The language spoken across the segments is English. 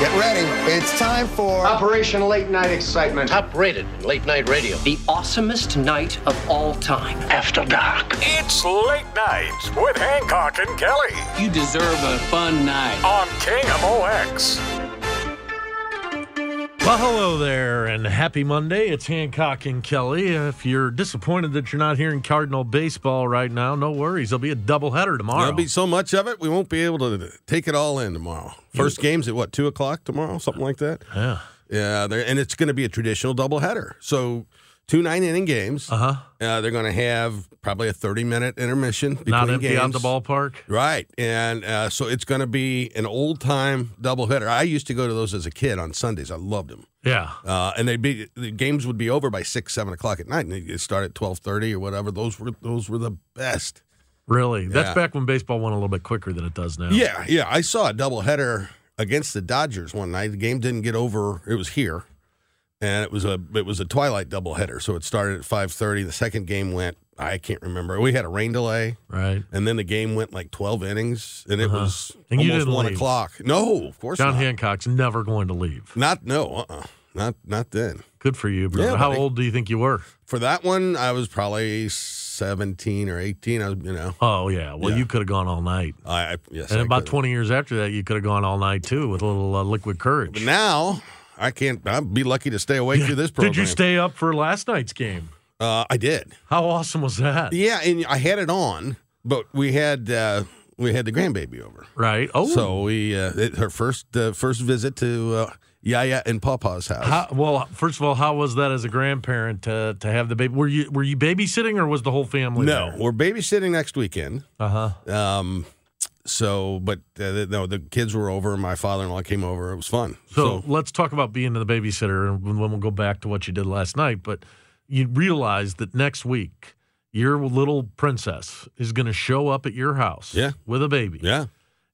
Get ready. It's time for Operation Late Night Excitement. Top rated in late night radio. The awesomest night of all time. After dark. It's late nights with Hancock and Kelly. You deserve a fun night on King of OX. Well, hello there, and happy Monday. It's Hancock and Kelly. If you're disappointed that you're not hearing Cardinal baseball right now, no worries. There'll be a doubleheader tomorrow. There'll be so much of it, we won't be able to take it all in tomorrow. First game's at what, 2 o'clock tomorrow? Something like that? Yeah. Yeah, they're- and it's going to be a traditional doubleheader. So, two nine inning games. Uh huh. Uh, they're going to have probably a 30 minute intermission. Between Not empty games. out the ballpark. Right. And uh, so it's going to be an old time doubleheader. I used to go to those as a kid on Sundays. I loved them. Yeah. Uh, and they'd be the games would be over by six, seven o'clock at night, and it start at twelve thirty or whatever. Those were those were the best. Really? That's Yeah. back when baseball went a little bit quicker than it does now. Yeah, yeah. I saw a doubleheader against the Dodgers one night. The game didn't get over. It was here, and it was a it was a twilight doubleheader. So it started at five thirty. The second game went. I can't remember. We had a rain delay, Right. and then the game went like twelve innings, and it Uh-huh. was And you almost didn't one leave. o'clock. No, of course John not. Hancock's never going to leave. Not no. Uh-uh. Not not then. Good for you, brother. Yeah, How buddy. old do you think you were? For that one, I was probably seventeen or eighteen. I was, you know, Oh, yeah. Well, Yeah. you could have gone all night. I, I yes. and I about could've. 20 years after that, you could have gone all night too with a little uh, liquid courage. But now I can't. I'd be lucky to stay awake through this program. Did you stay up for last night's game? Uh, I did. How awesome was that? Yeah, and I had it on, but we had uh, we had the grandbaby over, Right. Oh, so we uh, it, her first uh, first visit to uh, Yaya and Papa's house. how, well, first of all, how was that as a grandparent to, to have the baby? Were you were you babysitting or was the whole family? no, we're babysitting next weekend. Uh huh. Um, so, but uh, th- no, the kids were over. My father in law came over. It was fun. So, let's talk about being the babysitter, and when we'll go back to what you did last night. But you realize that next week your little princess is going to show up at your house, Yeah. with a baby, yeah,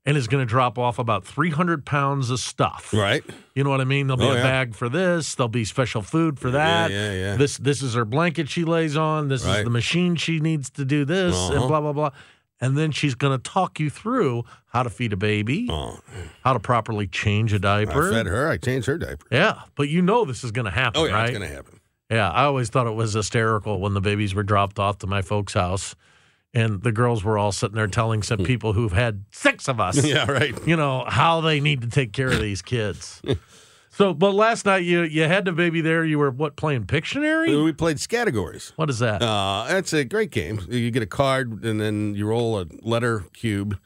and is going to drop off about three hundred pounds of stuff, right. You know what I mean? There'll be Oh, a yeah. bag for this. There'll be special food for Yeah, that. yeah, yeah. This this is her blanket she lays on. This is Right. the machine she needs to do this, and Uh-huh. blah blah blah. And then she's going to talk you through how to feed a baby, Oh, how to properly change a I diaper. fed her. I changed her diaper. Yeah, but you know this is going to happen, Oh yeah, right? it's gonna happen. Yeah, I always thought it was hysterical when the babies were dropped off to my folks' house, and the girls were all sitting there telling Hmm. some people who've had six of us yeah, right. you know how they need to take care of these kids. so, but last night you you had the baby there. You were what playing Pictionary? We played categories. What is that? Uh, that's a great game. You get a card, and then you roll a letter cube,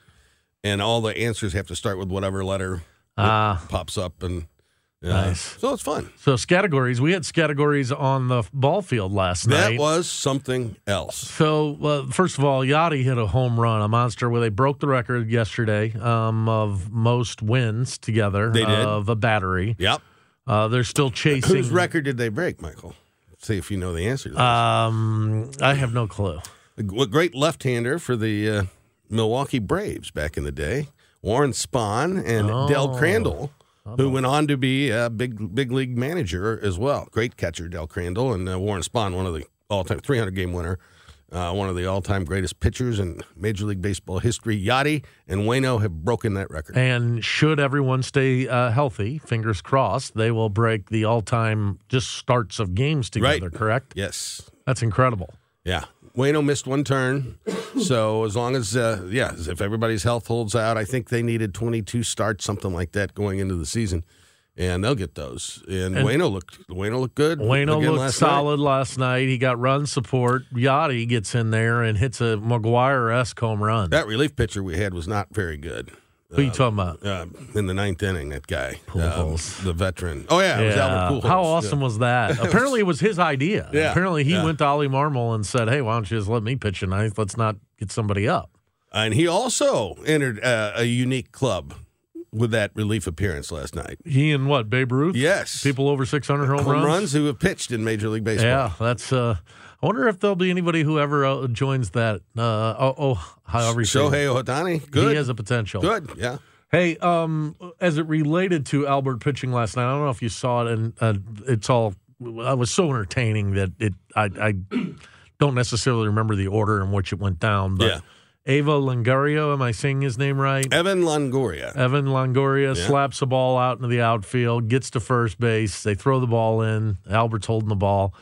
and all the answers have to start with whatever letter Ah, pops up. And uh, Nice. So it's fun. so categories. We had categories on the ball field last That night. was something else. so uh, first of all, Yachty hit a home run, a monster where they broke the record yesterday um, of most wins together They did. of a battery. Yep. Uh, they're still chasing. Whose record did they break, Michael? See if you know the answer. To that. Um, I have no clue. a great left-hander for the uh, Milwaukee Braves back in the day, Warren Spahn and Del Oh. Crandall, who went on to be a big big league manager as well. Great catcher, Del Crandall, and uh, Warren Spahn, one of the all-time 300 game winner, uh, one of the all-time greatest pitchers in Major League Baseball history. Yachty and Wayno have broken that record. And should everyone stay uh, healthy, fingers crossed, they will break the all time just starts of games together, Right. correct? yes, That's incredible. Yeah. Wayno missed one turn. so as long as, uh, yeah, if everybody's health holds out, I think they needed 22 starts, something like that, going into the season. And they'll get those. And, and Wayno looked Wayno looked good. Wayno looked last solid night. last night. He got run support. Yachty gets in there and hits a McGuire esque home run. That relief pitcher we had was not very good. Who are you talking about? Uh, in the ninth inning, that guy, um, Pujols. the veteran. Oh yeah, it was Albert Pujols. How awesome was that? Apparently, it was his idea. Yeah. Apparently, he Yeah. went to Ollie Marmol and said, "Hey, why don't you just let me pitch a ninth? Let's not get somebody up." And he also entered uh, a unique club with that relief appearance last night. He and what Babe Ruth? Yes. people over six hundred home, Home runs. who have pitched in Major League Baseball. Yeah, that's. uh I wonder if there'll be anybody who ever uh, joins that. Uh, oh, oh, however you say it. Shohei Ohtani, good. He has a potential. Good, yeah. Hey, um, as it related to Albert pitching last night, I don't know if you saw it, and uh, it's all. I was so entertaining that it. I, I don't necessarily remember the order in which it went down, but Yeah. Ava Longoria, am I saying his name right? Evan Longoria. Evan Longoria Yeah. slaps a ball out into the outfield, gets to first base. They throw the ball in. Albert's holding the ball.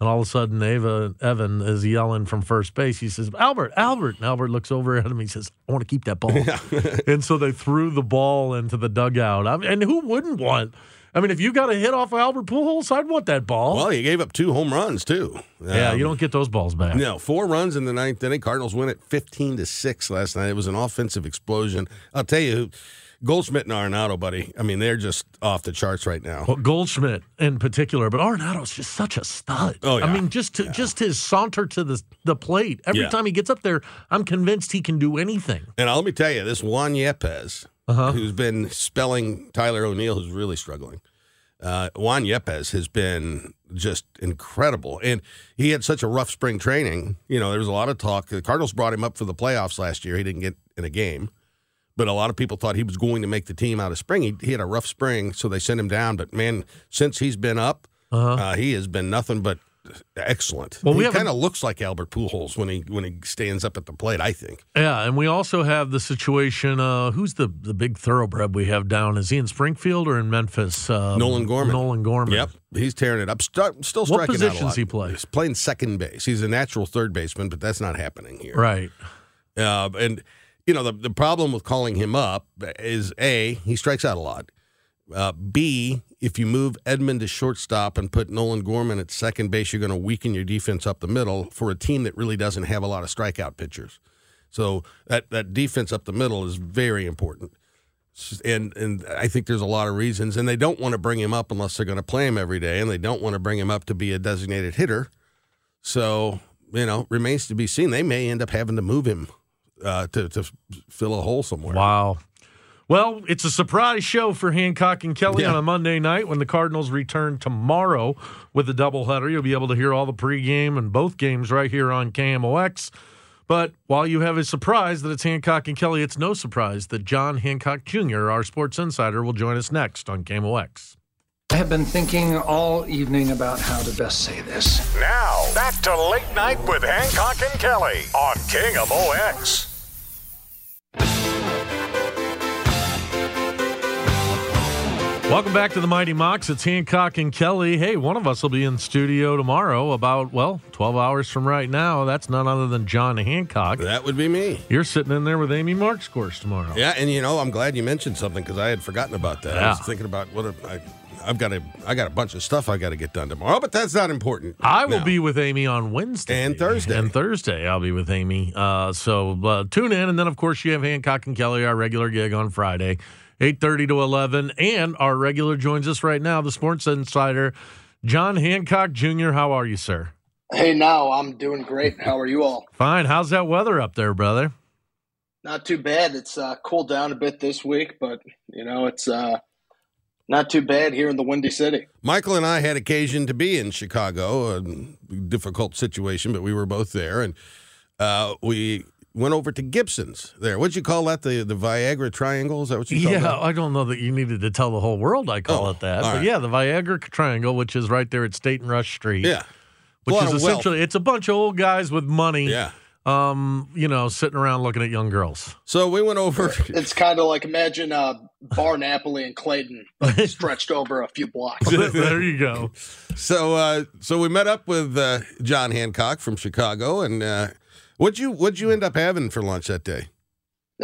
And all of a sudden, Ava, Evan is yelling from first base. He says, Albert, Albert. And Albert looks over at him. He says, I want to keep that ball. and so they threw the ball into the dugout. I mean, and who wouldn't want? I mean, if you got a hit off of Albert Pujols, I'd want that ball. Well, he gave up two home runs too. yeah, Um, you don't get those balls back. No, four runs in the ninth inning. Cardinals win at fifteen to six last night. It was an offensive explosion. I'll tell you, Goldschmidt and Arenado, buddy. I mean, they're just off the charts right now. Well, Goldschmidt in particular, but Arenado's just such a stud. Oh, yeah. I mean, just to, just his saunter to the the plate. Every Yeah. time he gets up there, I'm convinced he can do anything. And let me tell you, this Juan Yepes, Uh-huh. who's been spelling Tyler O'Neill, who's really struggling. Uh, Juan Yepes has been just incredible, and he had such a rough spring training. You know, there was a lot of talk. The Cardinals brought him up for the playoffs last year. He didn't get in a game, but a lot of people thought he was going to make the team out of spring. He, he had a rough spring, so they sent him down. But man, since he's been up, Uh-huh. uh, he has been nothing but excellent. Well, we he haven't- kind of looks like Albert Pujols when he when he stands up at the plate. I think. Yeah, and we also have the situation. Uh, who's the the big thoroughbred we have down? Is he in Springfield or in Memphis? Uh, Nolan Gorman. Nolan Gorman. Yep, he's tearing it up. St- still What striking out a lot. positions he play? He's playing second base. He's a natural third baseman, but that's not happening here. Right. Uh, and you know the the problem with calling him up is a he strikes out a lot. Uh, B if you move Edmund to shortstop and put Nolan Gorman at second base, you're going to weaken your defense up the middle for a team that really doesn't have a lot of strikeout pitchers. So that that defense up the middle is very important. S- And and I think there's a lot of reasons, and they don't want to bring him up unless they're going to play him every day, and they don't want to bring him up to be a designated hitter. So you know, remains to be seen. They may end up having to move him uh, to to fill a hole somewhere. Wow. Well, it's a surprise show for Hancock and Kelly Yeah. on a Monday night when the Cardinals return tomorrow with a doubleheader. You'll be able to hear all the pregame and both games right here on KMOX. But while you have a surprise that it's Hancock and Kelly, it's no surprise that John Hancock Jr., our sports insider, will join us next on KMOX. I have been thinking all evening about how to best say this. Now, back to Late Night with Hancock and Kelly on King of OX. Welcome back to the Mighty Mox. It's Hancock and Kelly. Hey, one of us will be in studio tomorrow about, well, 12 hours from right now. That's none other than John Hancock. That would be me. You're sitting in there with Amy Markscourse tomorrow. Yeah, and you know, I'm glad you mentioned something because I had forgotten about that. I was Yeah. thinking about what a, I, I've got a I got a bunch of stuff I got to get done tomorrow, but that's not important. I will now. be with Amy on Wednesday And Thursday. And Thursday, I'll be with Amy. Uh, so uh, tune in, and then of course you have Hancock and Kelly, our regular gig on Friday, eight thirty to eleven, and our regular joins us right now, the Sports Insider, John Hancock Jr. How are you, sir? Hey, now I'm doing great. How are you all? Fine. How's that weather up there, brother? Not too bad. It's uh, cooled down a bit this week, but you know it's uh, not too bad here in the Windy City. Michael and I had occasion to be in Chicago, a difficult situation, but we were both there, and uh, we went over to Gibson's there. What'd you call that? The the Viagra Triangle? Is that what you call Yeah, that? I don't know that you needed to tell the whole world. I call Oh, it that, all but right. yeah, the Viagra Triangle, which is right there at State and Rush Street. Yeah. which lot is of wealth. essentially it's a bunch of old guys with money. Yeah. um, you know, sitting around looking at young girls. So we went over. It's kind of like imagine uh, Barnapoli and Clayton stretched over a few blocks. there you go. So uh, so we met up with uh, John Hancock from Chicago, and uh, what you what you end up having for lunch that day?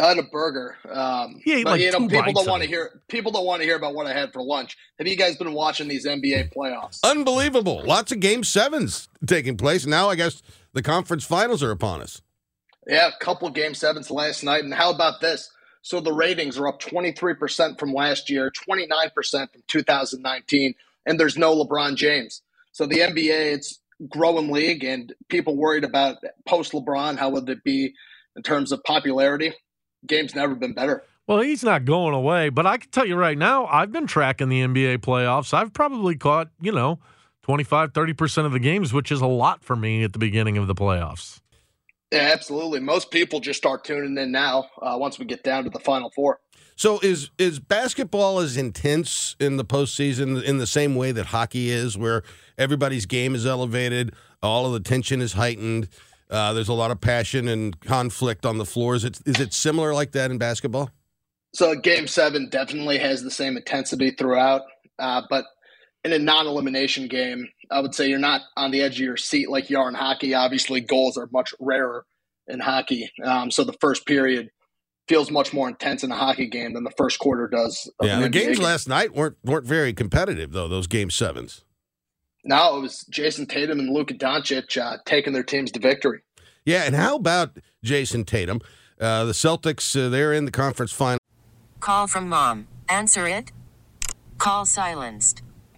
I had a burger. Um, yeah, but like you know, two people bites don't of want to it. hear people don't want to hear about what I had for lunch. Have you guys been watching these NBA playoffs? Unbelievable! Lots of game sevens taking place now. I guess the conference finals are upon us. Yeah, a couple game sevens last night. And how about this? So the ratings are up 23% from last year, 29% from 2019, and there's no LeBron James. So the NBA, it's growing league, and people worried about post LeBron, how would it be in terms of popularity? Game's never been better. Well, he's not going away, but I can tell you right now, I've been tracking the NBA playoffs. I've probably caught, you know, 25, 30% of the games, which is a lot for me at the beginning of the playoffs. Yeah, absolutely. Most people just start tuning in now uh, once we get down to the final four. So is is basketball as intense in the postseason in the same way that hockey is, where everybody's game is elevated, all of the tension is heightened, uh, there's a lot of passion and conflict on the floors. Is it, is it similar like that in basketball? So game seven definitely has the same intensity throughout, uh, but in a non-elimination game, I would say you're not on the edge of your seat like you are in hockey. Obviously, goals are much rarer in hockey, um, so the first period feels much more intense in a hockey game than the first quarter does. of Yeah, an the NBA games game. last night weren't weren't very competitive though. Those game sevens. No, it was Jason Tatum and Luka Doncic uh, taking their teams to victory. Yeah, and how about Jason Tatum? Uh, the Celtics uh, they're in the conference final. Call from mom. Answer it. Call silenced.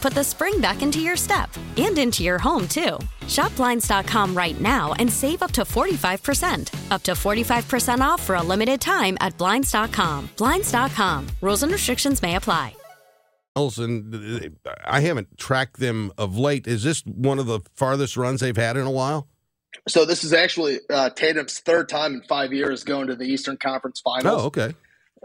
put the spring back into your step and into your home, too. Shop Blinds.com right now and save up to 45%. Up to 45% off for a limited time at Blinds.com. Blinds.com. Rules and restrictions may apply. And I haven't tracked them of late. Is this one of the farthest runs they've had in a while? So this is actually uh, Tatum's third time in five years going to the Eastern Conference Finals. Oh, okay.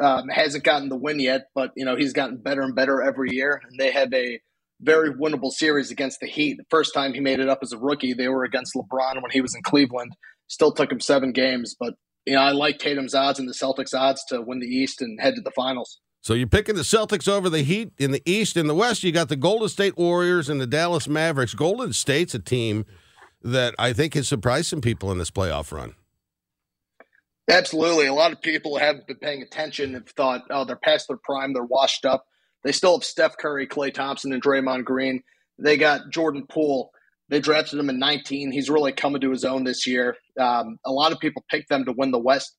um, hasn't gotten the win yet, but you know he's gotten better and better every year. And they have a very winnable series against the Heat. The first time he made it up as a rookie, they were against LeBron when he was in Cleveland. Still took him seven games, but you know I like Tatum's odds and the Celtics' odds to win the East and head to the finals. So you're picking the Celtics over the Heat in the East. In the West, you got the Golden State Warriors and the Dallas Mavericks. Golden State's a team that I think has surprised some people in this playoff run. Absolutely. A lot of people haven't been paying attention have thought, oh, they're past their prime, they're washed up. They still have Steph Curry, Clay Thompson, and Draymond Green. They got Jordan Poole. They drafted him in 19. He's really coming to his own this year. Um, a lot of people picked them to win the West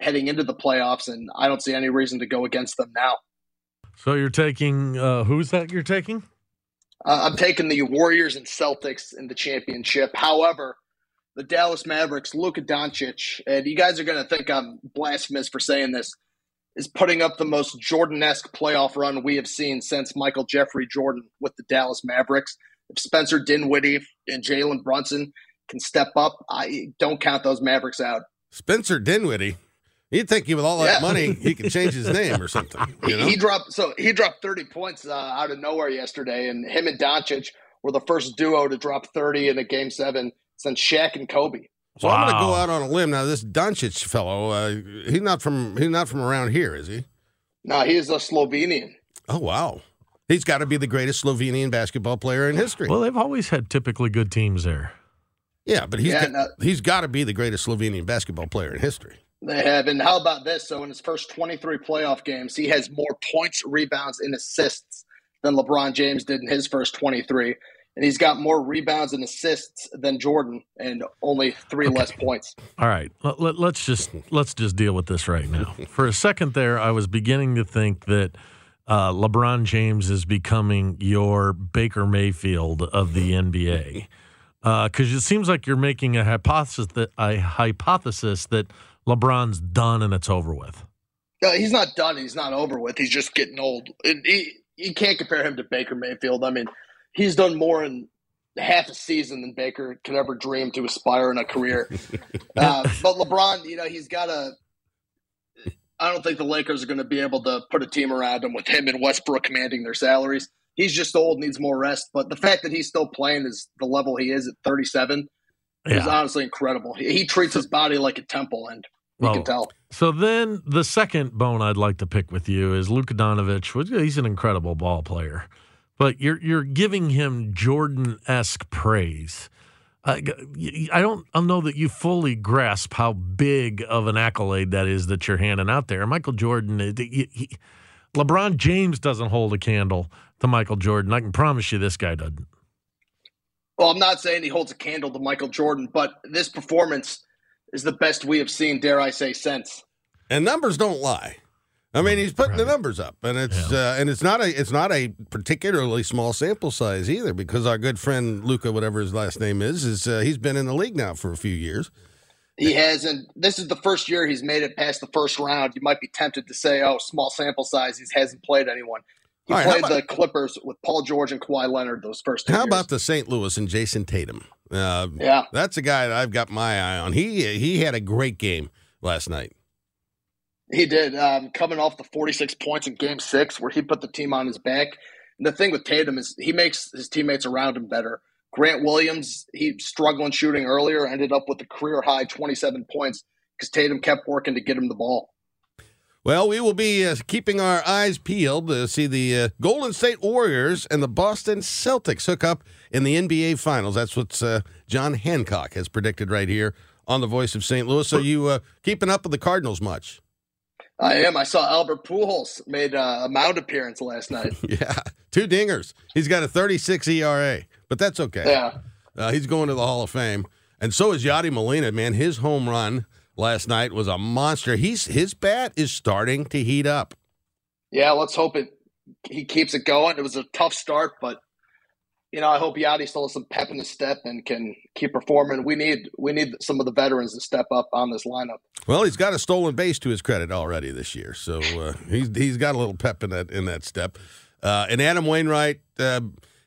heading into the playoffs, and I don't see any reason to go against them now. So you're taking, uh, who's that you're taking? Uh, I'm taking the Warriors and Celtics in the championship. However, the Dallas Mavericks, Luka Doncic, and you guys are going to think I'm blasphemous for saying this, is putting up the most Jordan esque playoff run we have seen since Michael Jeffrey Jordan with the Dallas Mavericks. If Spencer Dinwiddie and Jalen Brunson can step up, I don't count those Mavericks out. Spencer Dinwiddie. You'd think he with all that yeah. money, he could change his name or something. You know? he, he, dropped so he dropped thirty points uh, out of nowhere yesterday, and him and Doncic were the first duo to drop thirty in a game seven since Shaq and Kobe. So wow. I'm going to go out on a limb now. This Doncic fellow, uh, he's not from he's not from around here, is he? No, he is a Slovenian. Oh wow, he's got to be the greatest Slovenian basketball player in history. Well, they've always had typically good teams there. Yeah, but he's yeah, got, no, he's got to be the greatest Slovenian basketball player in history. They have, and how about this? So in his first 23 playoff games, he has more points, rebounds, and assists than LeBron James did in his first 23 and he's got more rebounds and assists than Jordan, and only three okay. less points. All right, let, us let, just let's just deal with this right now. For a second there, I was beginning to think that uh, LeBron James is becoming your Baker Mayfield of the NBA, because uh, it seems like you're making a hypothesis that a hypothesis that LeBron's done and it's over with. No, Uh, he's not done. He's not over with. He's just getting old. It, he, you can't compare him to Baker Mayfield. I mean he's done more in half a season than Baker could ever dream to aspire in a career. Uh, but LeBron, you know, he's got a. I don't think the Lakers are going to be able to put a team around him with him and Westbrook commanding their salaries. He's just old, needs more rest. But the fact that he's still playing is the level he is at 37 yeah. is honestly incredible. He, he, treats his body like a temple, and you well, can tell. So then, the second bone I'd like to pick with you is Luka Donovich. He's an incredible ball player but you're you're giving him Jordan esque praise. I, I don't I know that you fully grasp how big of an accolade that is that you're handing out there. Michael Jordan, uh, he, he, LeBron James doesn't hold a candle to Michael Jordan. I can promise you, this guy doesn't. Well, I'm not saying he holds a candle to Michael Jordan, but this performance is the best we have seen, dare I say, since. And numbers don't lie. I mean, he's putting right. the numbers up, and it's yeah. uh, and it's not a it's not a particularly small sample size either, because our good friend Luca, whatever his last name is, is uh, he's been in the league now for a few years. He has, and this is the first year he's made it past the first round. You might be tempted to say, "Oh, small sample size. He hasn't played anyone." He right, played about, the Clippers with Paul George and Kawhi Leonard those first. how years. about the St. Louis and Jason Tatum? Uh, yeah, that's a guy that I've got my eye on. He he had a great game last night. He did. Um, coming off the 46 points in game six, where he put the team on his back. And the thing with Tatum is he makes his teammates around him better. Grant Williams, he struggling shooting earlier, ended up with a career high 27 points because Tatum kept working to get him the ball. Well, we will be uh, keeping our eyes peeled to see the uh, Golden State Warriors and the Boston Celtics hook up in the NBA Finals. That's what uh, John Hancock has predicted right here on the voice of St. Louis. Are you uh, keeping up with the Cardinals much? I am. I saw Albert Pujols made a mound appearance last night. yeah, two dingers. He's got a 36 ERA, but that's okay. Yeah, uh, he's going to the Hall of Fame, and so is Yadi Molina. Man, his home run last night was a monster. He's his bat is starting to heat up. Yeah, let's hope it. He keeps it going. It was a tough start, but you know, I hope Yadi still has some pep in his step and can keep performing. We need we need some of the veterans to step up on this lineup. Well, he's got a stolen base to his credit already this year, so uh, he's he's got a little pep in that in that step. Uh, and Adam Wainwright, uh,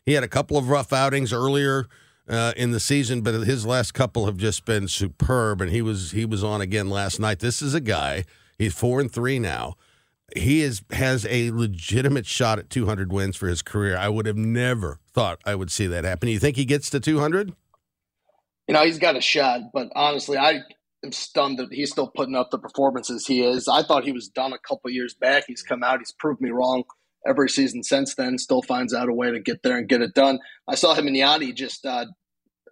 he had a couple of rough outings earlier uh, in the season, but his last couple have just been superb. And he was he was on again last night. This is a guy. He's four and three now he is has a legitimate shot at 200 wins for his career. I would have never thought I would see that happen. You think he gets to 200? You know, he's got a shot, but honestly, I am stunned that he's still putting up the performances he is. I thought he was done a couple years back. He's come out, he's proved me wrong every season since then. Still finds out a way to get there and get it done. I saw him in Yanni just uh,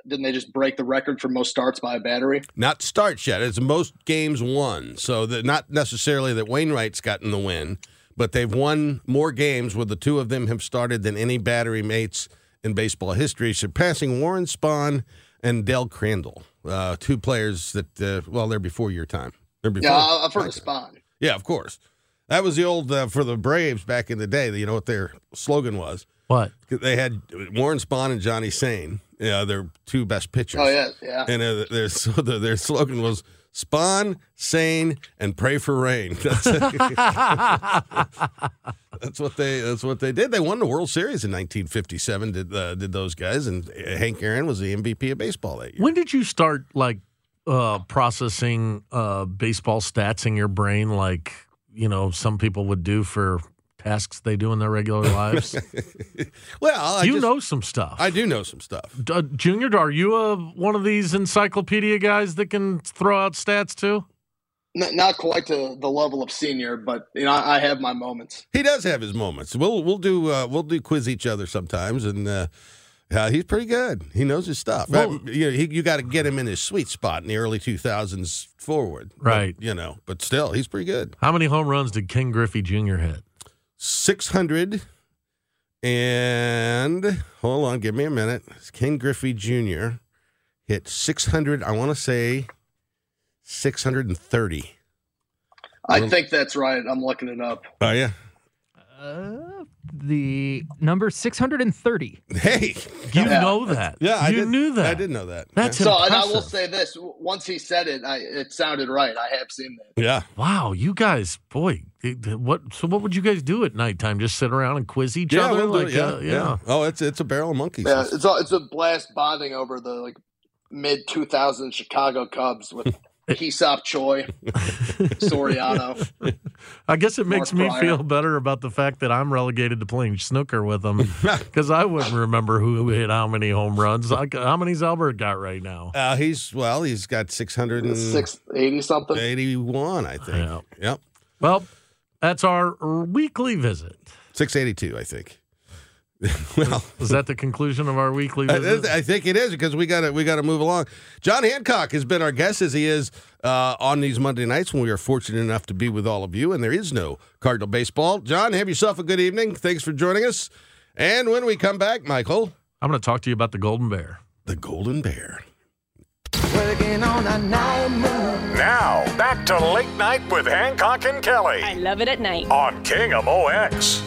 didn't they just break the record for most starts by a battery? Not starts yet. It's most games won. So that not necessarily that Wainwright's gotten the win, but they've won more games where the two of them have started than any battery mates in baseball history, surpassing Warren Spahn and Dell Crandall, uh, two players that uh, well they're before your time. They're before. Yeah, I've heard of Spahn. Yeah, of course. That was the old uh, for the Braves back in the day. You know what their slogan was? What they had Warren Spahn and Johnny Sane yeah, their two best pitchers. Oh yeah, yeah. And uh, their so the, their slogan was "Spawn, sane, and pray for rain." That's, that's what they that's what they did. They won the World Series in 1957. Did uh, did those guys? And Hank Aaron was the MVP of baseball that year. When did you start like uh, processing uh, baseball stats in your brain, like you know some people would do for tasks they do in their regular lives? well, I you just- know some stuff. I do know some stuff. D- uh, Junior, are you a, one of these encyclopedia guys that can throw out stats too? N- not quite to the level of senior, but you know I, I have my moments. He does have his moments. We'll we'll do uh, we'll do quiz each other sometimes, and uh, uh, he's pretty good. He knows his stuff. Well- I- you know, he, you got to get him in his sweet spot in the early two thousands forward, Right. But, you know, but still, he's pretty good. How many home runs did King Griffey Jr. hit? Six hundred and hold on, give me a minute. Ken Griffey Jr. hit six hundred. I want to say six hundred and thirty. I think that's right. I'm looking it up. Oh yeah. The number 630. Hey, You Yeah. know that. yeah, I you did- knew that. I did know that. That's so, and I impressive. will say this: w- once he said it, I, it sounded right. I have seen that. Yeah. Wow, you guys, boy, it- what? So, what would you guys do at nighttime? Just sit around and quiz each other? we'll do like, it. uh, yeah. Oh, it's it's a barrel of monkeys. Yeah, it's a, it's a blast bonding over the like mid 2000 Chicago Cubs with Kesop Choi, Soriano. I guess it Mark makes me Pryor. feel better about the fact that I'm relegated to playing snooker with them because I wouldn't remember who hit how many home runs. I, how many's Albert got right now? Uh, he's well. He's got six hundred and Six eighty something. eighty-one. I think. Yeah. Yep. Well, that's our weekly visit. Six eighty-two. I think. well, Is that the conclusion of our weekly I, visit? I think it is because we got to we got to move along. John Hancock has been our guest as he is uh, on these Monday nights when we are fortunate enough to be with all of you, and there is no Cardinal baseball. John, have yourself a good evening. Thanks for joining us. And when we come back, Michael, I'm going to talk to you about the Golden Bear. the Golden Bear. Working on a Now, back to Late Night with Hancock and Kelly I love it at night. on King of OX.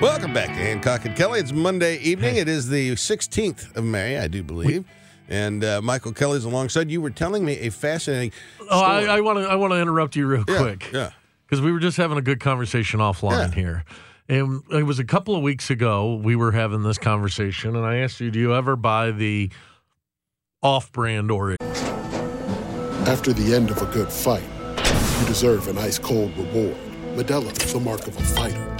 Welcome back to Hancock and Kelly. It's Monday evening. It is the 16th of May, I do believe. And uh, Michael Kelly's alongside. You were telling me a fascinating. Oh, I I want to I want to interrupt you real quick. Yeah. because we were just having a good conversation offline here. And it was a couple of weeks ago we were having this conversation, and I asked you, do you ever buy the off-brand Oreo? After the end of a good fight, you deserve an ice cold reward. Medella is the mark of a fighter.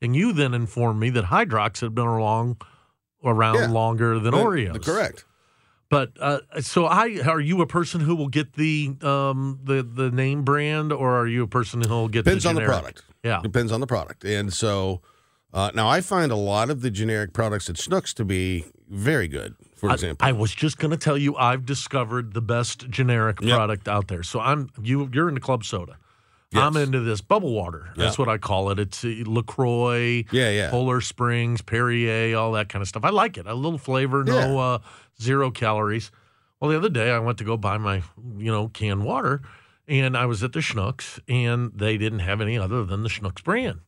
And you then informed me that Hydrox had been along around Yeah. longer than The- Oreos. the correct. But uh, so I are you a person who will get the um the the name brand or are you a person who will get Depends the on the generic? product. Yeah. Depends on the product. And so uh, now I find a lot of the generic products at Schnucks to be very good, for I- example. I, was just going to tell you I've discovered the best generic product out there. So I'm you you're into club soda. I'm into this bubble water. That's Yeah. what I call it. It's uh, Lacroix, Yeah, yeah. Polar Springs, Perrier, all that kind of stuff. I like it. A little flavor, no uh, zero calories. Well, the other day I went to go buy my you know canned water, and I was at the Schnucks, and they didn't have any other than the Schnucks brand.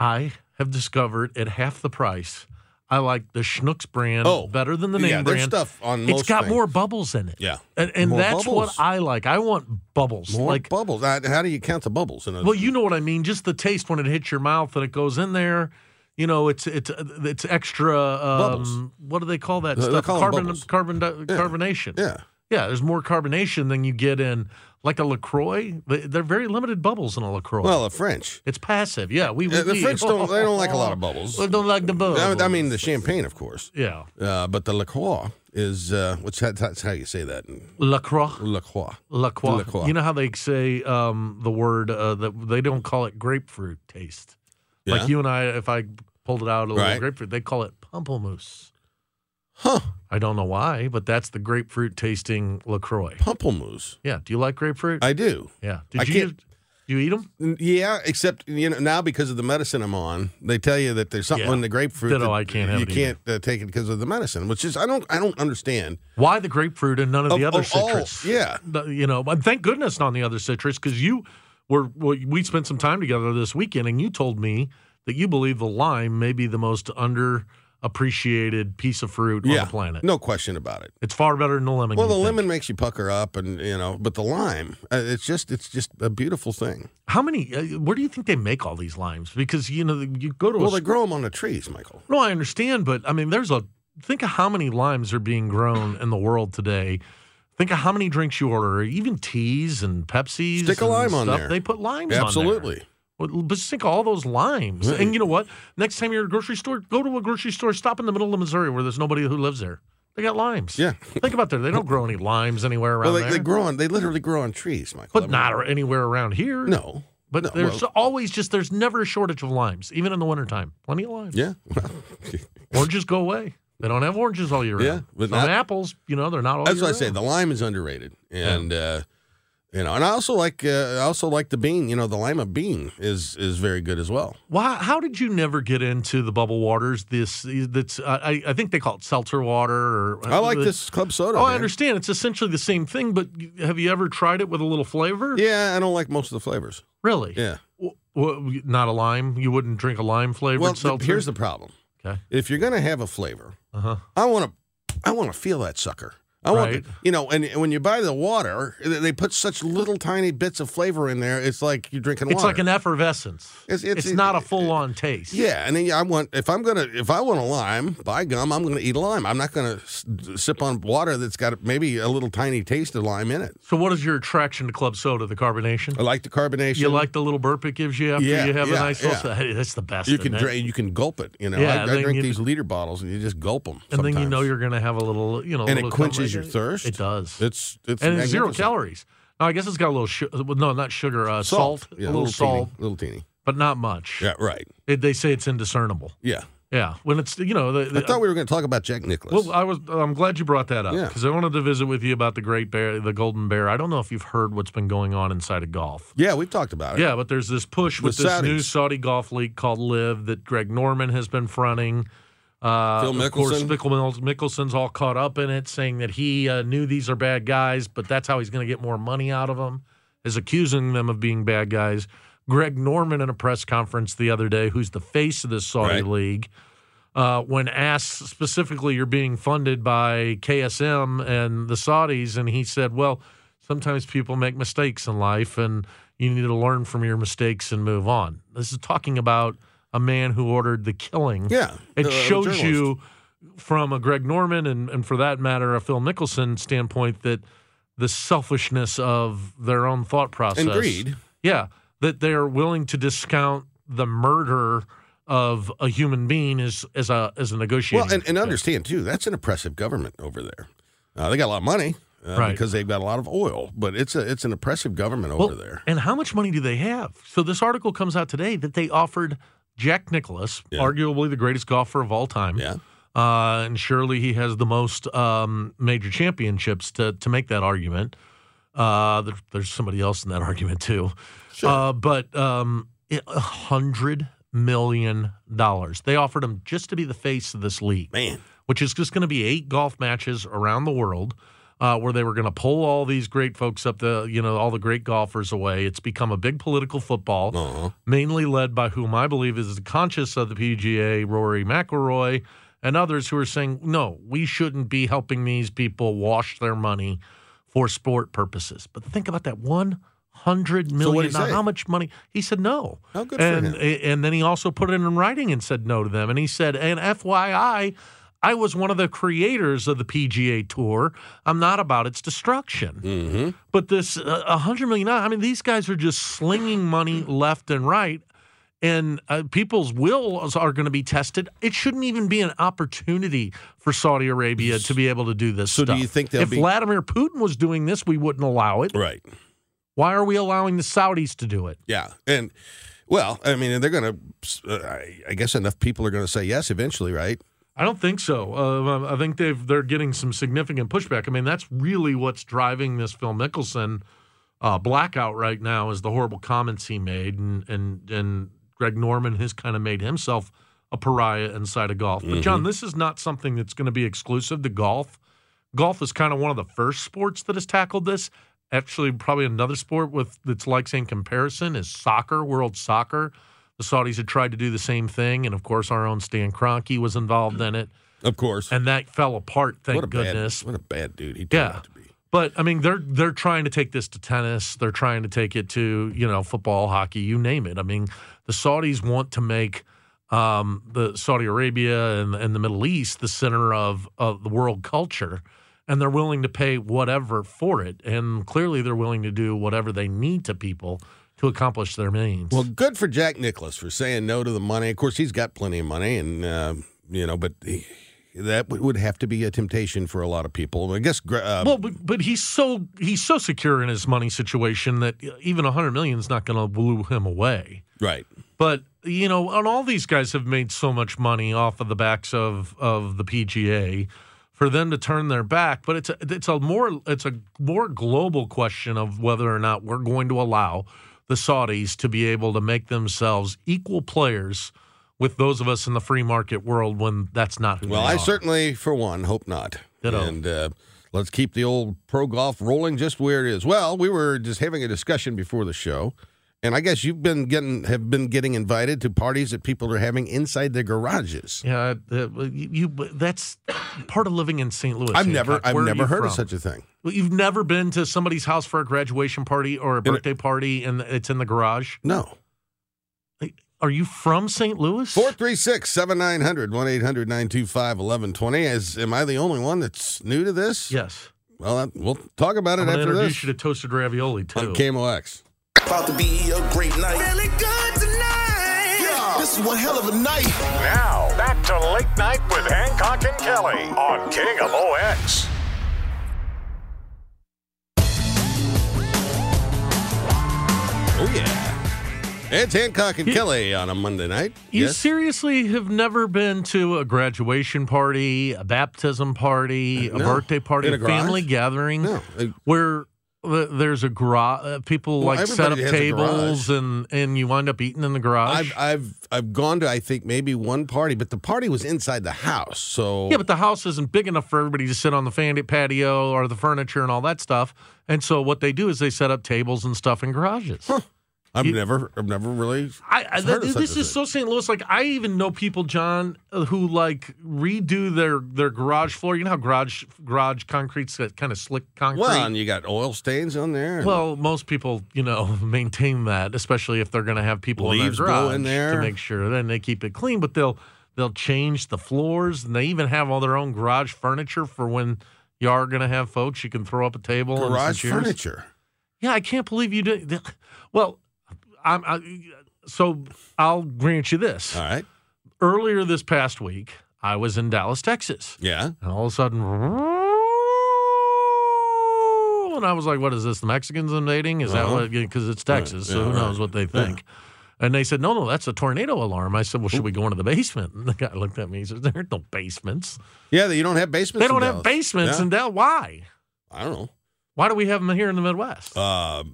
I have discovered at half the price. I like the Schnucks brand better than the name Oh, yeah, their brand. stuff on It's most got things. more bubbles in it. yeah. And, and More that's bubbles. what I like. I want bubbles. More like bubbles. Uh, How do you count the bubbles? In a, Well, you know what I mean. Just the taste when it hits your mouth and it goes in there. you know, it's it's it's extra. Um, what do they call that They- they stuff? call 'em carbon bubbles. carbon di- carbonation. Yeah. yeah. There's more carbonation than you get in like a Lacroix. They- They're very limited bubbles in a Lacroix. Well, the French. it's passive. Yeah, we Yeah, the we- French don't- they don't like a lot of bubbles. They don't like the bubbles. I, I mean the champagne, of course. Yeah. Uh, but the Lacroix is uh, what's that, that's how you say that. in- Lacroix. Lacroix. LaCroix. LaCroix. You know how they say um, the word uh, that they don't call it grapefruit taste. Yeah. Like you and I, if I pulled it out a little Right. grapefruit, they call it pamplemousse. Huh. I don't know why, but that's the grapefruit tasting Lacroix. Pamplemousse. Yeah. Do you like grapefruit? I do. yeah. Did I you can't- you eat them? Yeah, except you know now because of the medicine I'm on, they tell you that there's something Yeah. in the grapefruit. Ditto, that I can't have You it either. can't uh, take it because of the medicine, which is I don't I don't understand. Why the grapefruit and none of, the Of- other of all- citrus? yeah. The- You know, but thank goodness not on the other citrus because you were well, we spent some time together this weekend and you told me that you believe the lime may be the most underappreciated piece of fruit on the planet. no question about it. It's far better than the lemon. Well, you the think. lemon makes you pucker up, and you know, but the lime, uh, it's just it's just a beautiful thing. How many? Uh, where do you think they make all these limes? Because you know you go to. Well, a, they s- grow them on the trees, Michael. no, I understand, but I mean, there's a. Think of how many limes are being grown in the world today. Think of how many drinks you order, even teas and Pepsis. Stick a and lime on stuff. there. They put limes Absolutely. on there. Well, But think of all those limes. Right. And you know what? Next time you're at a grocery store, go to a grocery store, stop in the middle of Missouri where there's nobody who lives there. They got limes. Yeah. Think about that. They don't grow any limes anywhere around Well, they, there. they grow on. They literally grow on trees, Michael. I But mean, not ar- anywhere around here. No. But No, there's well- always just there's never a shortage of limes, even in the wintertime. Plenty of limes. Yeah. Oranges go away. They don't have oranges all year Yeah, round. but But not- apples, you know, they're not all That's year what I say. round. The lime is underrated, and uh, you know, and I also like uh, I also like the bean. You know, the lima bean is is very good as well. Why? How did you never get into the bubble waters? This that's I, I think they call it seltzer water. Or uh, I like this club soda. Oh, I man. understand. It's essentially the same thing, but have you ever tried it with a little flavor? Yeah, I don't like most of the flavors. Really? Yeah. W- w- not a lime. You wouldn't drink a lime flavored Well, th- seltzer. here's the problem. okay. If you're gonna have a flavor, Uh huh. I want to, I want to feel that sucker. I want, Right. you know, and when you buy the water, they they put such little tiny bits of flavor in there. It's like you're drinking It's water. like an effervescence. It's- it's- not a full on taste. yeah, and then I want if I'm gonna if I want a lime, buy gum. I'm gonna eat a lime. I'm not gonna s- sip on water that's got maybe a little tiny taste of lime in it. So, what is your attraction to club soda? The carbonation. I like the carbonation. You like the little burp it gives you after Yeah, you have yeah, a nice yeah. little. Hey, that's the best. you isn't can it? drain, you can gulp it. You know, Yeah, I, I then drink you- these liter bottles and you just gulp them. and then you know you're going to have a little, you know, a and little it quenches your combination. thirst. It does, It's it's and it's zero magnificent. calories. Now, I guess it's got a little, su- well, no, not sugar, uh, salt, a Yeah, little, salt, teeny, little teeny. but not much. Yeah, right. It, they say it's indiscernible. Yeah. Yeah, when it's you know, the, I the- uh, thought we were going to talk about Jack Nicholas. Well, I was. I'm glad you brought that up Yeah. because I wanted to visit with you about the Great Bear, the Golden Bear. I don't know if you've heard what's been going on inside of golf. yeah, we've talked about it. Yeah, but there's this push with The this new Saudis. Saudi golf league called Live that Greg Norman has been fronting. Uh, Phil Of course, Mickelson. Mickel- Mickelson's all caught up in it, saying that he uh, knew these are bad guys, but that's how he's going to get more money out of them, is accusing them of being bad guys. Greg Norman in a press conference the other day, who's the face of this Saudi Right. league, uh, when asked specifically, you're being funded by KSM and the Saudis, and he said, well, sometimes people make mistakes in life, and you need to learn from your mistakes and move on. This is talking about a man who ordered the killing. Yeah, It uh, shows journalist. you from a Greg Norman and, and for that matter, a Phil Mickelson standpoint that the selfishness of their own thought process greed. Yeah. That they're willing to discount the murder of a human being as, as a as a negotiating. Well, and, and understand too, that's an oppressive government over there. Uh, they got a lot of money uh, Right. because they've got a lot of oil, but it's a it's an oppressive government over Well, there. And how much money do they have? So this article comes out today that they offered Jack Nicholas, Yeah. arguably the greatest golfer of all time. Yeah. Uh, and surely he has the most um, major championships to to make that argument. Uh, there, there's somebody else in that argument too. Sure. Uh, but um, it- a hundred million dollars. They offered him just to be the face of this league Man, which is just going to be eight golf matches around the world uh, where they were going to pull all these great folks up the, you know, all the great golfers away. It's become a big political football, Uh-huh. mainly led by whom I believe is the conscience of the PGA, Rory McIlroy, and others who are saying, no, we shouldn't be helping these people wash their money for sport purposes. But think about that one hundred million. So how much money? He said no. How good and, for him. And then he also put it in writing and said no to them. And he said, and FYI, I was one of the creators of the PGA Tour. I'm not about its destruction. Mm-hmm. But this uh, hundred million. I mean, these guys are just slinging money left and right. And uh, people's wills are going to be tested. It shouldn't even be an opportunity for Saudi Arabia to be able to do this. So, stuff. do you think if be... Vladimir Putin was doing this, we wouldn't allow it? Right. Why are we allowing the Saudis to do it? Yeah, and well, I mean, they're going to. Uh, I guess enough people are going to say yes eventually, right? I don't think so. Uh, I think they've they're getting some significant pushback. I mean, that's really what's driving this Phil Mickelson uh, blackout right now is the horrible comments he made, and and and Greg Norman has kind of made himself a pariah inside of golf. But Mhm. John, this is not something that's going to be exclusive to golf. Golf is kind of one of the first sports that has tackled this. Actually, probably another sport with that's like in comparison is soccer, world soccer. The Saudis had tried to do the same thing, and of course, our own Stan Kroenke was involved in it, Of course. and that fell apart. Thank what a goodness. Bad, what a bad dude he turned yeah, out to be. but I mean, they're they're trying to take this to tennis. They're trying to take it to you know football, hockey, you name it. I mean, the Saudis want to make um, the Saudi Arabia and, and the Middle East the center of of the world culture, and they're willing to pay whatever for it. And clearly, they're willing to do whatever they need to people to accomplish their means. Well, good for Jack Nicholas for saying no to the money. Of course, he's got plenty of money, and uh, you know, but he, that would- would have to be a temptation for a lot of people. I guess. Gre- Uh, well, but, but he's so he's so secure in his money situation that even a hundred million is not going to blew him away. right. But you know, and all these guys have made so much money off of the backs of of the PGA for them to turn their back. But it's a, it's a more it's a more global question of whether or not we're going to allow the Saudis to be able to make themselves equal players with those of us in the free market world when that's not who Well, they I are. certainly, for one, hope not. Ditto. And uh, let's keep the old pro golf rolling just where it is. Well, we were just having a discussion before the show, and I guess you've been getting have been getting invited to parties that people are having inside their garages. yeah, uh, you, you- that's part of living in St. Louis. I've never Hancock. I've Where are never you heard of from? such a thing. Well, you've never been to somebody's house for a graduation party or a birthday party, and it's in the garage. No. Are you from St. Louis? 436 7900 1 800 925 1120. Am I the only one that's new to this? Yes. Well, I- we'll talk about I'm it going to after introduce this you to toasted ravioli too. on KMOX. About to be a great night. Feeling good tonight. Yeah, this is one hell of a night. Now, back to Late Night with Hancock and Kelly on King of OX. Oh, yeah. It's Hancock and Kelly on a Monday night. You yes. seriously have never been to a graduation party, a baptism party, a Uh, No. birthday party, In a family garage? gathering No. I- where uh, there's a garage. Uh, people Well, like set up everybody has a tables and and you wind up eating in the garage. I've, I've I've gone to I think maybe one party, but the party was inside the house. So yeah, but the house isn't big enough for everybody to sit on the fan- patio or the furniture and all that stuff. And so what they do is they set up tables and stuff in garages. I've never I've never really I, I heard of th- such this a is so thing. St. Louis. Like I even know people, John, uh, who like redo their their garage floor. You know how garage garage concrete's that kind of slick concrete. well, and you got oil stains on there. and Well, most people, you know, maintain that, especially if they're going to have people Leaves in their blow garage in there. to make sure. Then they keep it clean, but they'll they'll change the floors, and they even have all their own garage furniture for when you are going to have folks. You can throw up a table, and some garage chairs. furniture. Yeah, I can't believe you did. Well, I'm I, so I'll grant you this. All right. Earlier this past week, I was in Dallas, Texas, Yeah. and all of a sudden, and I was like, "What is this? The Mexicans invading? Is Uh-huh. that what? Because it's Texas, so yeah, who right. knows what they think." And they said, "No, no, that's a tornado alarm." I said, "Well, should we go into the basement?" And the guy looked at me. He says, "There are no basements. Yeah, you don't have basements. they in don't have Dallas. basements Yeah. in Dallas. Why? I don't know. Why do we have them here in the Midwest?" Uh,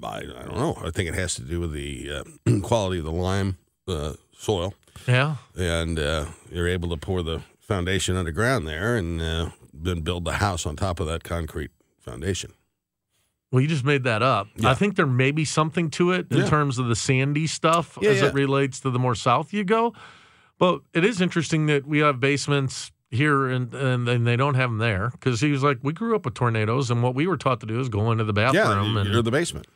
I, I don't know. I think it has to do with the uh, quality of the lime uh, soil, yeah. and uh, you're able to pour the foundation underground there, and uh, then build the house on top of that concrete foundation. Well, you just made that up. Yeah. I think there may be something to it in Yeah. terms of the sandy stuff Yeah, as yeah. it relates to the more south you go. But it is interesting that we have basements here and and, and they don't have them there because he was like, we grew up with tornadoes and what we were taught to do is go into the yeah, bathroom you- and you're the basement.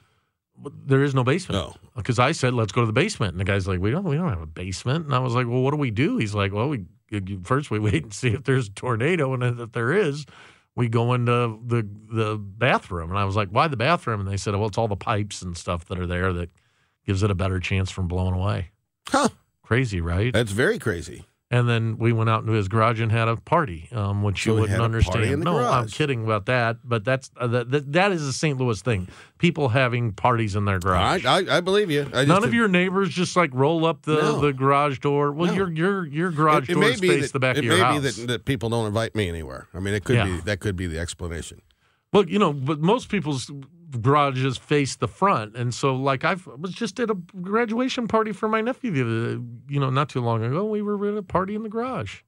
there is no basement. Because I said, let's go to the basement. And the guy's like, we don't, we don't have a basement. And I was like, well, what do we do? He's like, well, we first we wait and see if there's a tornado. And if there is, we go into the, the bathroom. And I was like, why the bathroom? And they said, well, it's all the pipes and stuff that are there that gives it a better chance from blowing away. Huh. Crazy, right? That's very crazy. And then we went out into his garage and had a party, um, which So you they wouldn't had a party understand. in the no, I'm garage. kidding about that. But that's uh, that, that, that is a St. Louis thing. People having parties in their garage. I, I, I believe you. I just None of your neighbors just like roll up the, No. the garage door. Well, your your your garage it, it door may is be faced that, the back it of your may house. be that, that people don't invite me anywhere. I mean, it could Yeah. be that could be the explanation. Well, you know, but most people's garages face the front, and so like I was just at a graduation party for my nephew the other, you know, not too long ago. We were at a party in the garage.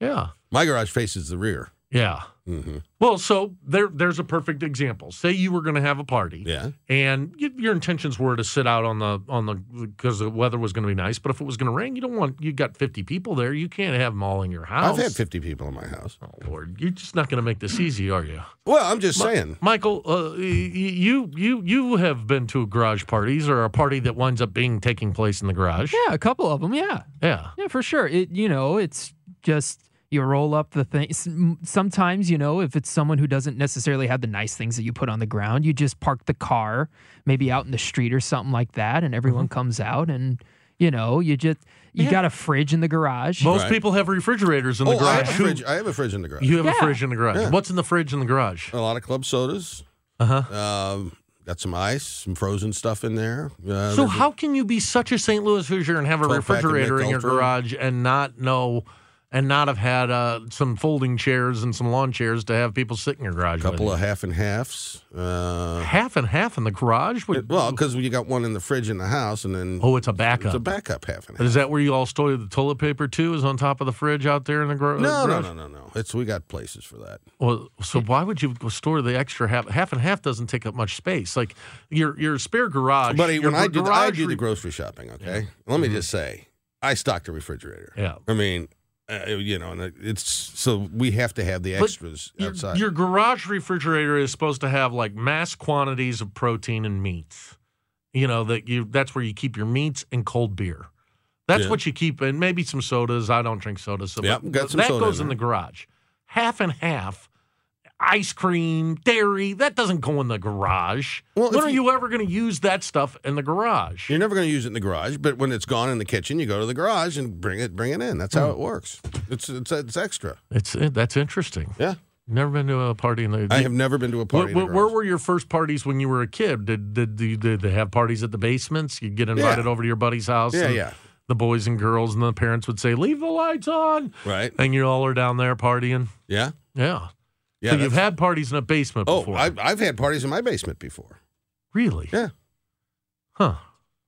Yeah, My garage faces the rear. yeah. Mm-hmm. Well, so there there's a perfect example. Say you were going to have a party. Yeah. and y your intentions were to sit out on the on the because the weather was going to be nice. But if it was going to rain, you don't want you got fifty people there. You can't have them all in your house. I've had 50 people in my house. Oh Lord, you're just not going to make this easy, are you? Well, I'm Mi- just saying. Michael, uh, y- y- you you you have been to garage parties or a party that winds up being taking place in the garage. Yeah, a couple of them. Yeah. Yeah. Yeah, for sure. It you know, it's just you roll up the thing. s- m- Sometimes you know, if it's someone who doesn't necessarily have the nice things that you put on the ground, you just park the car maybe out in the street or something like that, and everyone comes out and you know, you just you Yeah. got a fridge in the garage. Most people have refrigerators in the oh, I garage. have, a Who- fridge, I have a fridge in the garage. You have a Yeah. fridge in the garage. Yeah. What's in the fridge in the garage? a lot of club sodas. Uh-huh. Um, got some ice, some frozen stuff in there. Uh, So there's a- how can you be such a St. Louis Hoosier and have a 12 pack of refrigerator in your McDonald's. garage and not know and not have had uh, some folding chairs and some lawn chairs to have people sit in your garage? couple with of half and halfs. you? Uh, half and half in the garage. Would- it- well, because you got one in the fridge in the house, and then oh, it's a backup. it's a backup half and half. Is that where you all store the toilet paper too? Is on top of the fridge out there in the gar- No, garage? no, no, no, no. It's we got places for that. Well, so why would you store the extra half? Half and half doesn't take up much space. Like your your spare garage. Buddy, Uh, your when I do the, I garage do the re- Mm-hmm. grocery shopping, okay. Let me just say, I stock the refrigerator. Yeah. I mean, uh, you know, and it- it's so we have to have the But extras your, outside. your garage refrigerator is supposed to have like mass quantities of protein and meats. You know that you that's where you keep your meats and cold beer. That's Yeah. what you keep, and maybe some sodas. I don't drink sodas, so Yep, but got some that soda in goes in, there. the garage. Half and half, ice cream, dairy. That doesn't go in the garage. Well, when if are you- you ever going to use that stuff in the garage? You're never going to use it in the garage, but when it's gone in the kitchen, you go to the garage and bring it bring it in. That's Mm. how it works. It's it's it's extra. It's that's interesting. Yeah. Never been to a party in the. I have never been to a party. in Where, a where, where garage. were your first parties when you were a kid? Did did, did, did they have parties at the basements? You'd get invited over to your buddy's house. Yeah, and yeah. The boys and girls and the parents would say, "Leave the lights on," Right. and you all are down there partying. Yeah. Yeah. Yeah. so you've that's- had parties in a basement Oh, before, I, I've had parties in my basement before. really? Yeah. Huh?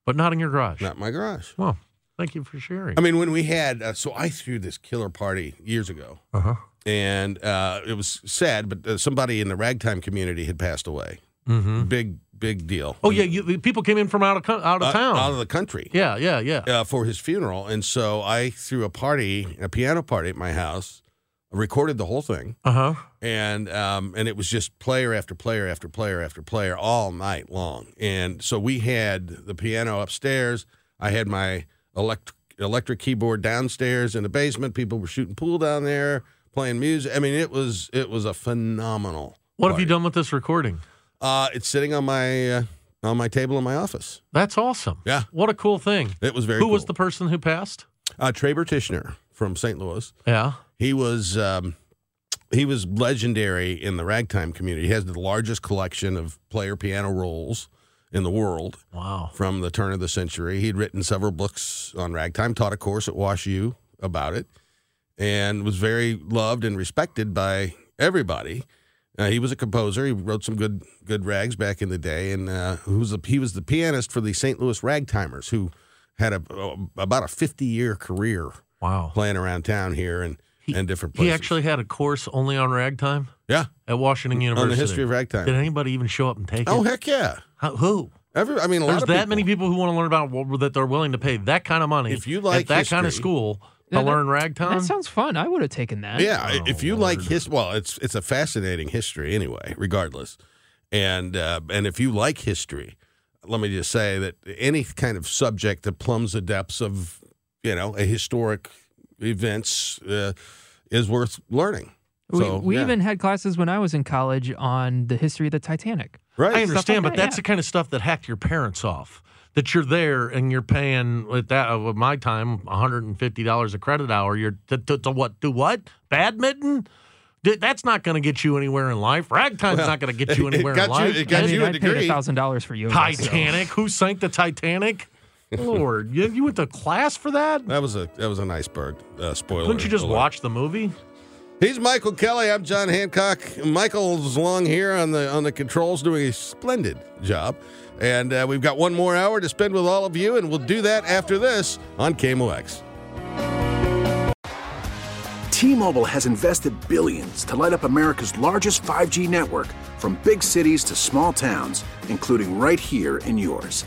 But not in your garage. Not my garage. Well, thank you for sharing. I mean, when we had uh, so I threw this killer party years ago. uh huh. and uh, it was sad, but uh, somebody in the ragtime community had passed away. Mm-hmm. Big, big deal. Oh yeah, you, the people came in from out of co- out of Uh, town. out of the country. yeah, yeah, yeah. Uh, for his funeral, and so I threw a party, a piano party at my house. Recorded the whole thing, Uh huh. and um, and it was just player after player after player after player all night long. And so we had the piano upstairs. I had my electric electric keyboard downstairs in the basement. People were shooting pool down there, playing music. I mean, it was it was a phenomenal. What have you party. done with this recording? Uh, it's sitting on my uh, on my table in my office. That's awesome. Yeah. What a cool thing. It was very. Who was cool. the person who passed? uh, Trey Bertishner from St. Louis? Yeah. He was um, he was legendary in the ragtime community. He has the largest collection of player piano rolls in the world Wow. from the turn of the century. He'd written several books on ragtime, taught a course at Wash U about it, and was very loved and respected by everybody. Uh, he was a composer. He wrote some good good rags back in the day, and uh, who was the, he was the pianist for the St. Louis Ragtimers, who had a, about a fifty year career Wow. playing around town here and, and different places. He actually had a course only on ragtime yeah, at Washington on University. the history of ragtime. Did anybody even show up and take oh it? heck yeah! How, who? Every I mean, a lot There's of that people. many people who want to learn about what, that they're willing to pay that kind of money. If you like at that kind of history- school to Yeah, that- learn ragtime. That sounds fun. I would have taken that. Yeah, Oh, if you like Lord. his, well, it's it's a fascinating history anyway, regardless, and uh, and if you like history, let me just say that any kind of subject that plumbs the depths of, you know, a historic events uh, is worth learning. We, So, we yeah. even had classes when I was in college on the history of the Titanic. I Stuff like understand, but that, that's the kind of stuff that hacked your parents off. That you're there and you're paying at that uh, with my time, $150 a credit hour. You're to, to, to what? Do what? Badminton? Th- That's not going to get you anywhere in life. Ragtime's Well, not going to get you it- it anywhere got in you- life. it got I mean, you a I paid degree. $1,000 for yoga, so. Titanic? Who sank the Titanic? Lord, you, you went to class for that? That was a that was an iceberg uh, spoiler. Couldn't you just alert. watch the movie? He's Michael Kelly. I'm John Hancock. Michael's along here on the on the controls, doing a splendid job, and uh, we've got one more hour to spend with all of you, and we'll do that after this on KMOX. T-Mobile has invested billions to light up America's largest 5G network from big cities to small towns, including right here in yours.